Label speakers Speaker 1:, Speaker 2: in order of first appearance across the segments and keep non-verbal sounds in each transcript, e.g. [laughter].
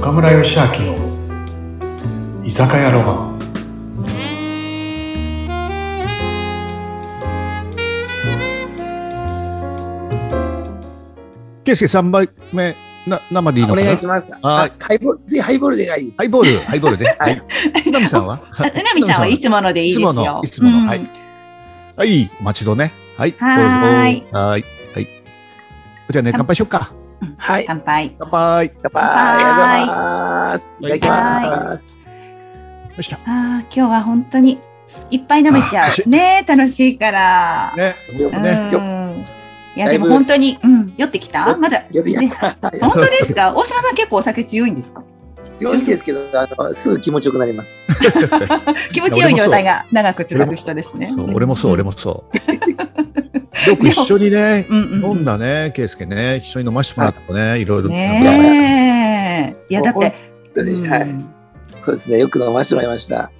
Speaker 1: 岡村義明の居酒屋ロマン
Speaker 2: ケイスケ3杯目、な、生でいい
Speaker 3: お
Speaker 2: のかな
Speaker 3: 願いします。
Speaker 2: はい
Speaker 3: あハイボール、次ハイボールでがいいです。
Speaker 2: ハイボール、ハイボールね。は
Speaker 3: はい
Speaker 2: い。ナミさんは
Speaker 4: [laughs] あ、田波さんはいつものでいいです
Speaker 2: い
Speaker 4: よ。
Speaker 2: つものいつもの
Speaker 4: うん
Speaker 2: はいはい、お待ちどね。はい。
Speaker 4: はーい
Speaker 2: ボールボールはーい。はい。じゃあね、乾杯しよっか。
Speaker 3: はい。
Speaker 4: 乾杯。
Speaker 2: 乾杯。
Speaker 3: 乾杯。ありがとうございます。いただきます。
Speaker 2: よっしゃ。
Speaker 4: ああ、今日は本当にいっぱい飲めちゃう。ねえ、楽しいから。
Speaker 2: ね。
Speaker 3: よ
Speaker 4: う
Speaker 3: くね。よ
Speaker 4: ん。いや、
Speaker 3: だ
Speaker 4: で
Speaker 3: いぶ
Speaker 4: も本当に、うん、酔ってきたまだ。
Speaker 3: よくや
Speaker 4: で本当ですか大島さん結構お酒強いんですか
Speaker 3: 強いですけど、あのすぐ気持ちよくなります。
Speaker 4: 気持ちよい状態が長く続く人ですね。
Speaker 2: そう俺もそう、俺
Speaker 4: も。
Speaker 2: もそう。よく一緒にね、
Speaker 4: うんうん
Speaker 2: 飲んだね、ケイスケね。一緒に飲ましてもらったね、いろいろ。
Speaker 4: ねえ。いや、だって、うん
Speaker 3: はい。そうですね。よく飲ませてもらいました。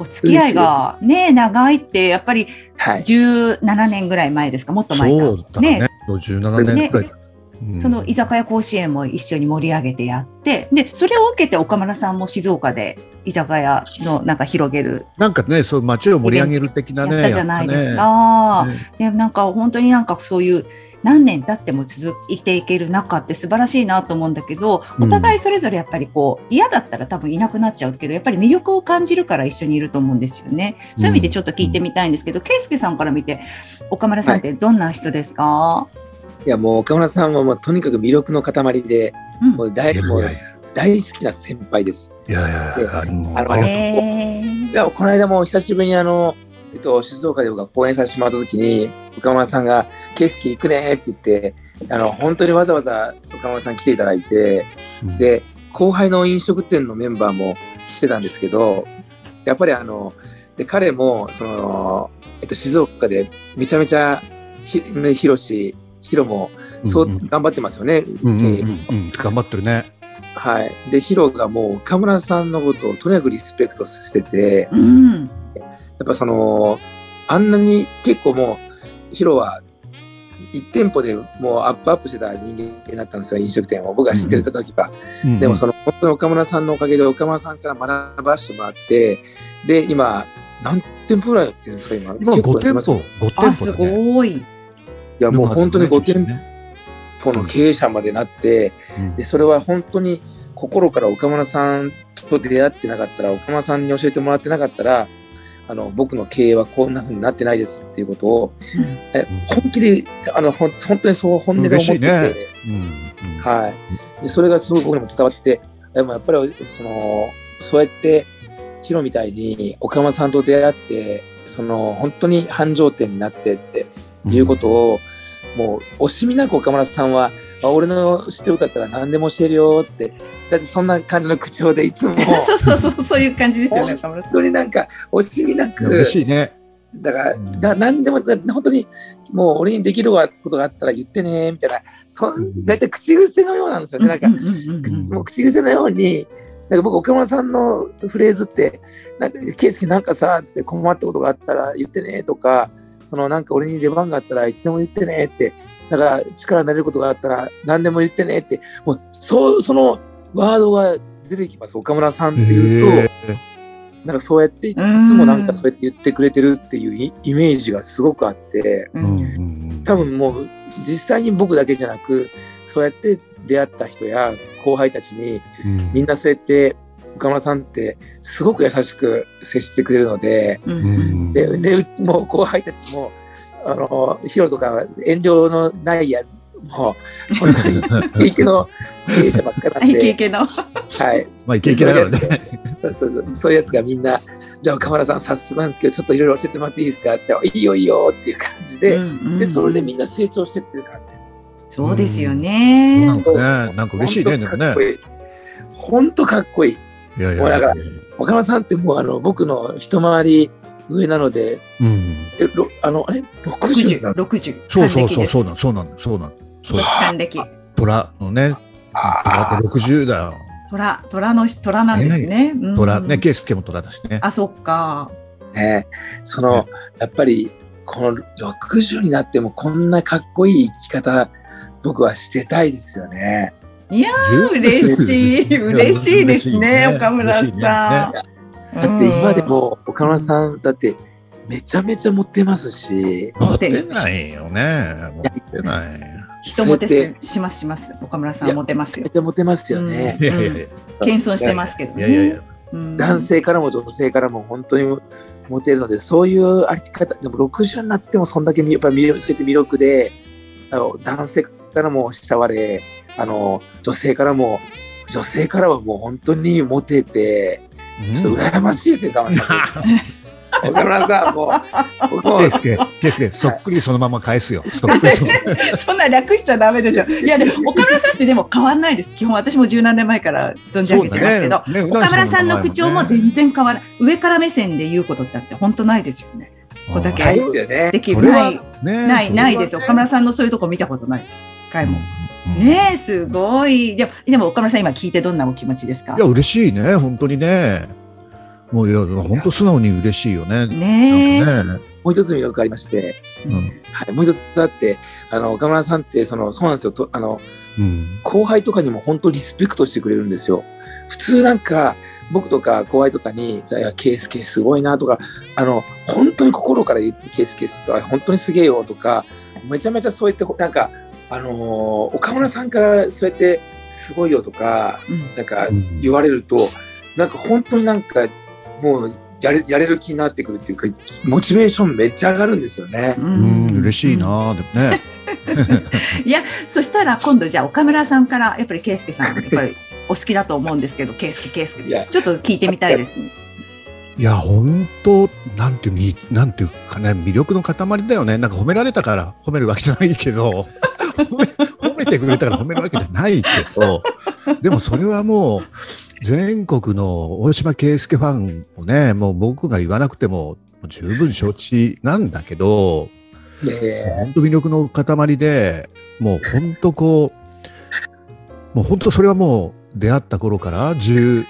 Speaker 4: お付き合いがね長いって、やっぱり
Speaker 3: はい。
Speaker 4: 17年ぐらい前ですか、もっと前か。
Speaker 2: そうだね。17年くらい。うん
Speaker 4: その居酒屋甲子園も一緒に盛り上げてやって、で、それを受けて岡村さんも静岡で居酒屋のなんか広げる、
Speaker 2: なんかね、そう街を盛り上げる的な
Speaker 4: やっ
Speaker 2: ね。
Speaker 4: たじゃないです
Speaker 2: やっ
Speaker 4: か。
Speaker 2: たね。
Speaker 4: で、なんか本当になんかそういう何年経っても続いていける中って素晴らしいなと思うんだけど、お互いそれぞれやっぱりこう嫌だったら多分いなくなっちゃうけど、やっぱり魅力を感じるから一緒にいると思うんですよね。そういう意味でちょっと聞いてみたいんですけど、圭介さんから見て岡村さんってどんな人ですか、
Speaker 3: いや、もう岡村さんはもうとにかく魅力の塊で、
Speaker 4: うん
Speaker 3: もう大
Speaker 2: いやい
Speaker 3: もう
Speaker 2: やいや
Speaker 3: 大好きな先輩です。
Speaker 2: いやいや、あれも
Speaker 3: あの
Speaker 2: あれ
Speaker 4: へ
Speaker 3: い
Speaker 4: ー
Speaker 3: や、この間も久しぶりにあの、えっと、静岡で僕が講演させてもらった時に、岡村さんが、景色行くねって言って、あの、本当にわざわざ岡村さん来ていただいて、
Speaker 2: うん
Speaker 3: で、後輩の飲食店のメンバーも来てたんですけど、やっぱりあの、で、彼も、その、えっと、静岡でめちゃめちゃ、ひ、ね、ヒロシ、ヒロも、そう、
Speaker 2: うんうん
Speaker 3: 頑張ってますよね。
Speaker 2: うんうん
Speaker 3: 経営
Speaker 2: うんうん頑張ってるね。
Speaker 3: はい。で、ヒロがもう岡村さんのことをとにかくリスペクトしてて、
Speaker 4: うん。
Speaker 3: やっぱそのあんなに結構もうヒロは1店舗でもうアップアップしてた人間だったんですよ飲食店を僕が知ってる時は、でもその本当に岡村さんのおかげで岡村さんから学ばしてもらってで今何店舗ぐらいやってるんですか今
Speaker 2: 今
Speaker 3: 結構
Speaker 2: 5
Speaker 3: やって
Speaker 2: 店
Speaker 3: ます
Speaker 2: 舗
Speaker 3: い、
Speaker 2: 5
Speaker 4: あ、
Speaker 2: 店
Speaker 4: す
Speaker 2: 舗だね。
Speaker 4: ごい。
Speaker 3: やもう本当に5店
Speaker 2: 舗。
Speaker 3: 舗の経営者までなって
Speaker 2: うん
Speaker 3: でそれは本当に心から岡村さんと出会ってなかったら岡村さんに教えてもらってなかったらあの僕の経営はこんな風になってないですっていうことをえ本気であのほん本当にそう本音で思ってて、
Speaker 2: 嬉しいうんうん
Speaker 3: はい、でそれがすごい僕にも伝わってでもやっぱりそのそうやってヒロみたいに岡間さんと出会ってその本当に繁盛店になってっていうことを、もう惜しみなく岡村さんは「あ俺の知ってよかったら何でも教えるよ」ってだってそんな感じの口調でい
Speaker 2: [laughs]
Speaker 3: つも
Speaker 4: [laughs] そうそうそう、そういう感じですよね、岡村さん
Speaker 3: 本当になんか惜しみないく
Speaker 2: や嬉しいね。
Speaker 3: だから、
Speaker 2: うん
Speaker 3: な何でもだ本当にもう俺にできることがあったら言ってねみたいなそん大体口癖のようなんですよね、なんか
Speaker 4: う、んうん
Speaker 2: うん
Speaker 3: もう口癖のようになんか僕岡村さんのフレーズって「なんか圭介なんかさ」つって困ったことがあったら言ってねとかそのなんか俺に出番があったらいつでも言ってねってなんか力になれることがあったら何でも言ってねってもうそうそのワードが出てきます岡村さんっていうと。なんかそうやっていつもなんかそうやって言ってくれてるっていうイイメージがすごくあって
Speaker 4: う
Speaker 2: うん
Speaker 4: ん
Speaker 2: うんうん
Speaker 3: 多分もう実際に僕だけじゃなくそうやって出会った人や後輩たちに
Speaker 2: うん
Speaker 3: みんなそうやって岡村さんってすごく優しく接してくれるので
Speaker 4: う
Speaker 2: うんん
Speaker 3: ででうちもう後輩たちもあのヒロとか遠慮のないやもう本当にイケイケの経営者ばっかなん
Speaker 4: イケイ
Speaker 3: で、
Speaker 4: ケの。
Speaker 3: はい、
Speaker 2: [laughs] まあいけいけだからね。
Speaker 3: そうそうそういうやつがみんな、じゃあ岡村さん、早速なんですけど、ちょっといろいろ教えてもらっていいですかって言って、いいよいいよっていう感じで、でそれでみんな成長してってる感じです。
Speaker 4: そうですよ
Speaker 2: な
Speaker 4: ね
Speaker 2: ん。かね、なんか嬉しいね。でもね。
Speaker 3: 本当かっこいい。
Speaker 2: いやいや。
Speaker 3: ほらだから岡村さんってもうあの僕の一回り上なので、
Speaker 2: うん。
Speaker 3: えろあのあれ60
Speaker 4: 60
Speaker 3: なの
Speaker 4: 六十。
Speaker 2: そうそうそうそうな
Speaker 4: 還暦で
Speaker 2: んそうなんそうなん
Speaker 4: す
Speaker 2: そう
Speaker 4: 今
Speaker 2: だ
Speaker 4: 年還暦。
Speaker 2: 虎のね虎
Speaker 3: あ
Speaker 2: って60だよ
Speaker 4: 虎、虎の虎なんですね。うん
Speaker 2: 虎ね。ケイスケも虎だしね
Speaker 4: あ、そっか。
Speaker 3: ーね、そのやっぱりこの60になってもこんなかっこいい生き方僕はしてたいですよね。
Speaker 4: いやー嬉し
Speaker 2: [laughs]
Speaker 4: い嬉しいですね岡村さん。
Speaker 3: だって今でも岡村さんだってめちゃめちゃ持ってますし、
Speaker 2: 持ってないよね。持ってない。
Speaker 4: 人モテししますします岡村さんはモテます
Speaker 3: め
Speaker 4: よ
Speaker 3: ちゃモテますよね。
Speaker 2: いやいやいや
Speaker 4: 謙遜してますけど
Speaker 2: いやいやい
Speaker 4: ね
Speaker 2: や。
Speaker 4: うん
Speaker 3: 男性からも女性からも本当にモテるのでそういうあり方でも60になってもそんだけやっぱ魅力そうやって魅力であの男性からも慕われあの女性からも女性からはもう本当にモテてちょっと羨ましいですよ岡村さん。岡村さんもう僕も
Speaker 2: ケイスケ、ケイスケ、そっくりそのまま返す
Speaker 4: [laughs]
Speaker 2: よ。そっくりそのまま。
Speaker 4: そんな略しちゃダメですよ。いやで
Speaker 2: [laughs]
Speaker 4: も岡村さんってでも変わんないです。基本私も十何年前から存じ上げてますけど、
Speaker 2: ね。
Speaker 4: 岡村さんの口調も全然変わらない。上から目線で言うことだって本当ないですよね。子だけ
Speaker 3: ないですよね。
Speaker 4: でき
Speaker 2: そ
Speaker 4: る
Speaker 2: れ
Speaker 4: な
Speaker 2: はいね
Speaker 4: ないないです。岡村
Speaker 2: さ
Speaker 4: さんのそういうとこ見たことないです。一回も。
Speaker 2: ん
Speaker 4: ねえすごい。でもでも岡村さん今聞いてどんなお気持ちですか
Speaker 2: い。や、嬉しいね、本当にね。もう、いや、本当素直に嬉しいよね。
Speaker 4: ねえ。
Speaker 2: なんかね
Speaker 3: もう一つ魅力ありまして、
Speaker 2: うん
Speaker 3: はい、もう一つだってあの岡村さんってそのそうなんですよとあの
Speaker 2: うん
Speaker 3: 後輩とかにも本当リスペクトしてくれるんですよ。普通なんか僕とか後輩とかに「じゃあいやケースケすごいな」とかあの本当に心から言う「ケースケすごい本当にすげえよ」とかめちゃめちゃそうやってなんか、あのー岡村さんからそうやって「すごいよ」とか
Speaker 4: うん
Speaker 3: なんか
Speaker 2: うん
Speaker 3: 言われるとなんか本当になんかもうやれやれる気になってくるっていうかモチベーションめっちゃ上がるんですよね。
Speaker 2: うん、嬉しい。な、でもね。
Speaker 4: そしたら今度じゃあ岡村さんからやっぱり圭介さんやっぱりお好きだと思うんですけど圭介圭介
Speaker 3: いや
Speaker 4: ちょっと聞いてみたいですね。
Speaker 2: いや、本当、なんていうみ、なんていうかね、魅力の塊だよね。なんか褒められたから、褒めるわけじゃないけど。 [laughs] 褒め、褒めてくれたから、褒めるわけじゃないけど。でも、それはもう。全国の大島圭介ファンをね、もう僕が言わなくても。十分承知なんだけど。
Speaker 3: え
Speaker 2: 本当魅力の塊で、もう本当こう、もう本当それはもう出会った頃から、16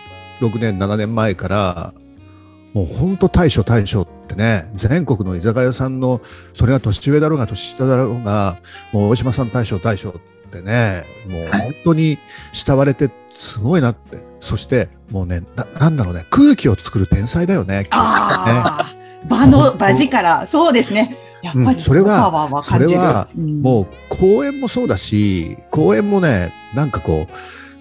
Speaker 2: 年、7年前から、もう本当大将大将ってね、全国の居酒屋さんの、それが年上だろうが年下だろうが、もう大島さん大将大将ってね、もう本当に慕われてすごいなって、そしてもうね、ななんだろうね、空気を作る天才だよね、清塚さんね。
Speaker 4: ああ場の場力そうですね。やっぱり
Speaker 2: うんそれは
Speaker 4: パワーは感じる
Speaker 2: それは。
Speaker 4: うん
Speaker 2: もう公演もそうだし、公演もね、なんかこう、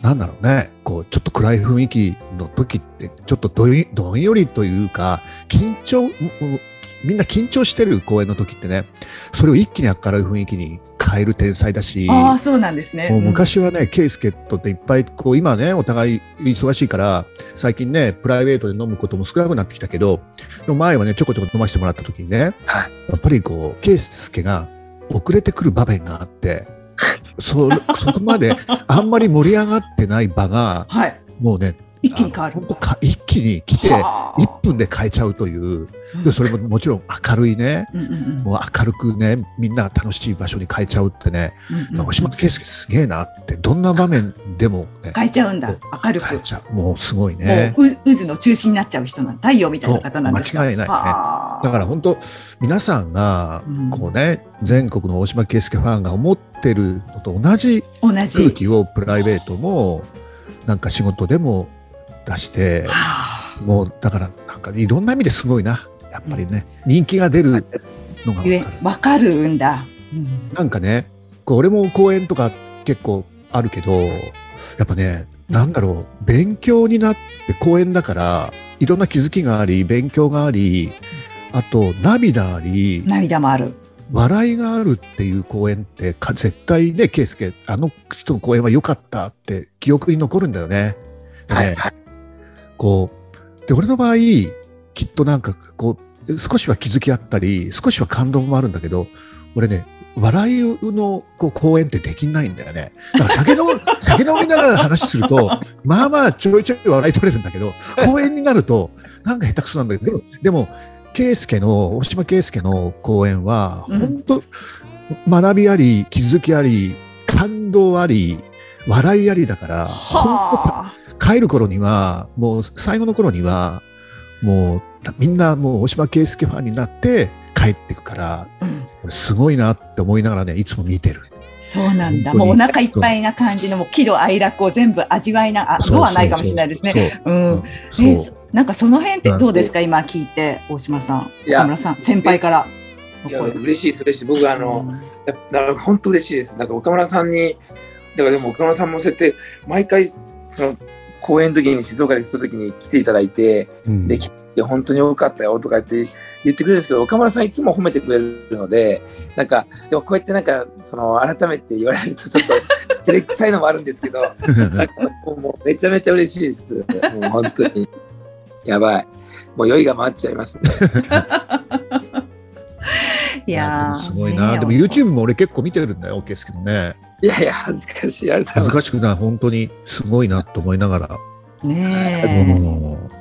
Speaker 2: なんだろうね、こう、ちょっと暗い雰囲気の時って、ちょっとどんどんよりというか、緊張、ううみんな緊張してる公演の時ってね、それを一気に明るい雰囲気に変える天才だし、
Speaker 4: ああそうなんですね。
Speaker 2: もう昔はね、ケイスケとっていっぱい、こう、今ね、お互い忙しいから、最近ね、プライベートで飲むことも少なくなってきたけど、でも前はね、ちょこちょこ飲ませてもらった時にね、
Speaker 3: はい
Speaker 2: やっぱりこう、ケイスケが遅れてくる場面があ
Speaker 4: [laughs]
Speaker 2: って、そ、そこまであんまり盛り上がってない場が、
Speaker 4: はい
Speaker 2: もうね、
Speaker 4: 一気に変わる
Speaker 2: 本。当か、一気に来て、
Speaker 4: はあ
Speaker 2: 1分で変えちゃうという、で、それももちろん明るいね、
Speaker 4: うんうんうん
Speaker 2: もう明るくね、みんな楽しい場所に変えちゃうってね、
Speaker 4: うんうん
Speaker 2: 大島圭介すげえなってどんな場面でも、ね、
Speaker 4: 変えちゃうんだ明るく。
Speaker 2: 変えちゃうもうすごいね
Speaker 4: もうう渦の中心になっちゃう人なん太陽みたいな方なんですか
Speaker 2: そう間違いないね
Speaker 4: はあ
Speaker 2: だから本当皆さんが
Speaker 4: うん
Speaker 2: こうね、全国の大島圭介ファンが思ってるのと同じ
Speaker 4: 同
Speaker 2: 空
Speaker 4: じ。
Speaker 2: 気をプライベートもなんか仕事でも出して
Speaker 4: はあ
Speaker 2: もうだからなんかいろんな意味ですごいなやっぱりね人気が出るのが
Speaker 4: ゆえ
Speaker 2: 分かる。
Speaker 4: わかるんだ。うん
Speaker 2: なんかね、こう俺も講演とか結構あるけど、やっぱね、なんだろう、勉強になって講演だから、いろんな気づきがあり、勉強があり、あと涙あり、
Speaker 4: 涙もある。
Speaker 2: 笑いがあるっていう講演ってか、絶対ね、圭介、あの人の講演は良かったって記憶に残るんだよね。
Speaker 3: ー
Speaker 2: で
Speaker 3: は
Speaker 2: ね
Speaker 3: いはい
Speaker 2: こう、で、俺の場合、きっとなんかこう、少しは気づきあったり、少しは感動もあるんだけど、俺ね、笑いのこう公演ってできないんだよね。だから酒の酒飲み [laughs] ながら話すると、まあまあちょいちょい笑い取れるんだけど、公演になると、なんか下手くそなんだけど、でもでも、圭介の、大島圭介の公演は、
Speaker 4: うん
Speaker 2: 本当、学びあり、気づきあり、感動あり、笑いありだから、
Speaker 4: はあ。
Speaker 2: 帰る頃には、もう最後の頃には、もうみんなもう大島圭介ファンになって帰ってくから、
Speaker 4: うん
Speaker 2: すごいなって思いながらね、いつも見てる。
Speaker 4: そうなんだ。
Speaker 2: 本当
Speaker 4: も
Speaker 2: に
Speaker 4: うお腹いっぱいな感じの、もう喜怒哀楽を全部味わいな、あ、のはないかもしれないですね。
Speaker 2: ね。
Speaker 4: うん。
Speaker 2: そう
Speaker 4: え
Speaker 2: そう
Speaker 4: そなんかその辺ってどうですか今聞いて、大島さん、
Speaker 3: いや
Speaker 4: 岡村さん、先輩からの
Speaker 3: いや
Speaker 4: 声。
Speaker 3: 嬉しいです嬉しい僕あの、だだから本当嬉しいです。なんか岡村さんに、だからでも岡村さんもそうやって、毎回その公演の時に静岡で来た時に来ていただいて、
Speaker 2: うん
Speaker 3: できて本当に良かったよとかって言ってくれるんですけど、岡村さんいつも褒めてくれるので、なんか、でもこうやってなんか、その改めて言われるとちょっと照れくさいのもあるんですけど、なんかもうめちゃめちゃ嬉しいです。もう本当に。やばい。もう酔いが回っちゃいますね。
Speaker 4: いや
Speaker 2: で
Speaker 4: ー
Speaker 2: もすごいな、
Speaker 4: ね
Speaker 2: でも YouTube も俺結構見てるんだよ、ケーですけどね、
Speaker 3: いやいや、恥ずかしい。ありがとう
Speaker 2: 恥
Speaker 3: ご
Speaker 2: ず
Speaker 3: ざ
Speaker 2: か
Speaker 3: い
Speaker 2: しくない、本当にすごいなと思いながら、
Speaker 4: ねえ
Speaker 2: うん
Speaker 3: ます。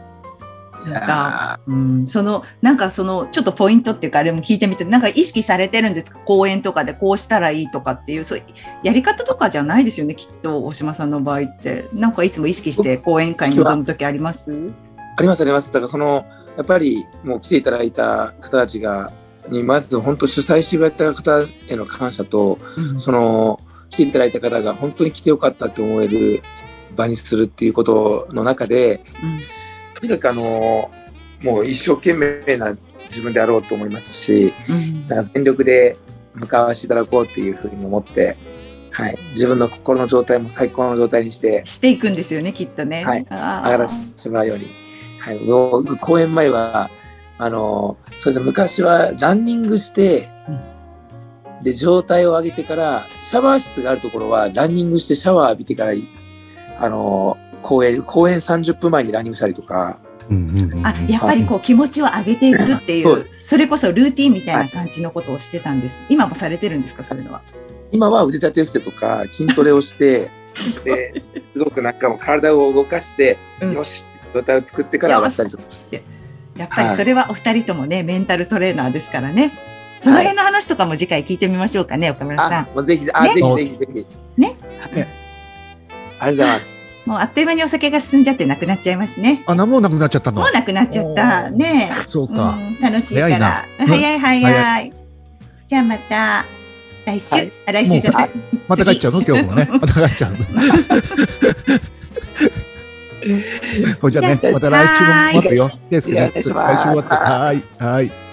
Speaker 3: いやー
Speaker 4: うん、そのなんかそのちょっとポイントっていうかあれも聞いてみてなんか意識されてるんですか講演とかでこうしたらいいとかっていうそうやり方とかじゃないですよねきっと大島さんの場合ってなんかいつも意識して講演会に臨む時あります
Speaker 3: ありますあります。だからそのやっぱりもう来ていただいた方たちがにまず本当主催してくれた方への感謝と
Speaker 4: うん
Speaker 3: その来ていただいた方が本当に来てよかったって思える場にするっていうことの中で
Speaker 4: うん
Speaker 3: とにかくあのもう一生懸命な自分であろうと思いますし
Speaker 4: うん
Speaker 3: だから全力で向かわせていただこうっていうふうに思って、はい、自分の心の状態も最高の状態にして
Speaker 4: していくんですよねきっとね。
Speaker 3: はい
Speaker 4: あー
Speaker 3: 上がらせてもらうように。はい、僕公演前はあのそうですね昔はランニングして、で状態を上げてからシャワー室があるところはランニングしてシャワー浴びてからあの公演公演30分前にランニングしたりとか
Speaker 2: うんうんうんうん
Speaker 4: あやっぱりこう気持ちを上げていくってい
Speaker 3: はいう
Speaker 4: それこそルーティンみたいな感じのことをしてたんです。今もされてるんですかそういうのは。
Speaker 3: 今は腕立て伏せとか筋トレをして [laughs] ですごくなんかもう体を動かして、
Speaker 4: うん
Speaker 3: よし状態を作ってから上がったりとか。
Speaker 4: やっぱりそれはお二人ともね、メンタルトレーナーですからね。その辺の話とかも次回聞いてみましょうかね、岡村さ
Speaker 3: あ
Speaker 4: ん。、
Speaker 3: もうぜひ、あ、
Speaker 4: ね
Speaker 3: ぜひぜひぜひ。
Speaker 4: ね
Speaker 3: はい。ありがとうございます。
Speaker 4: もうあっという間にお酒が進んじゃってなくなっちゃいますね。
Speaker 2: あ、なもうなくなっちゃったの
Speaker 4: もう、なくなっちゃった。
Speaker 2: おー
Speaker 4: ね
Speaker 2: そう
Speaker 4: え、
Speaker 2: か、
Speaker 4: うん楽しいから。
Speaker 2: 早いな
Speaker 4: うん早い早い。
Speaker 2: 早
Speaker 4: じゃあまた来週、
Speaker 3: はい
Speaker 4: あ来週じゃない。
Speaker 2: また帰っちゃうの、今日も
Speaker 3: [laughs]
Speaker 2: ね、また帰っちゃうの。ほいじゃあね、また来週も待ってよ。です
Speaker 3: じゃあ
Speaker 2: ね、
Speaker 3: お
Speaker 2: 来
Speaker 3: 願い
Speaker 2: 週
Speaker 3: し
Speaker 2: も
Speaker 3: ます
Speaker 2: 待って、はい、はい。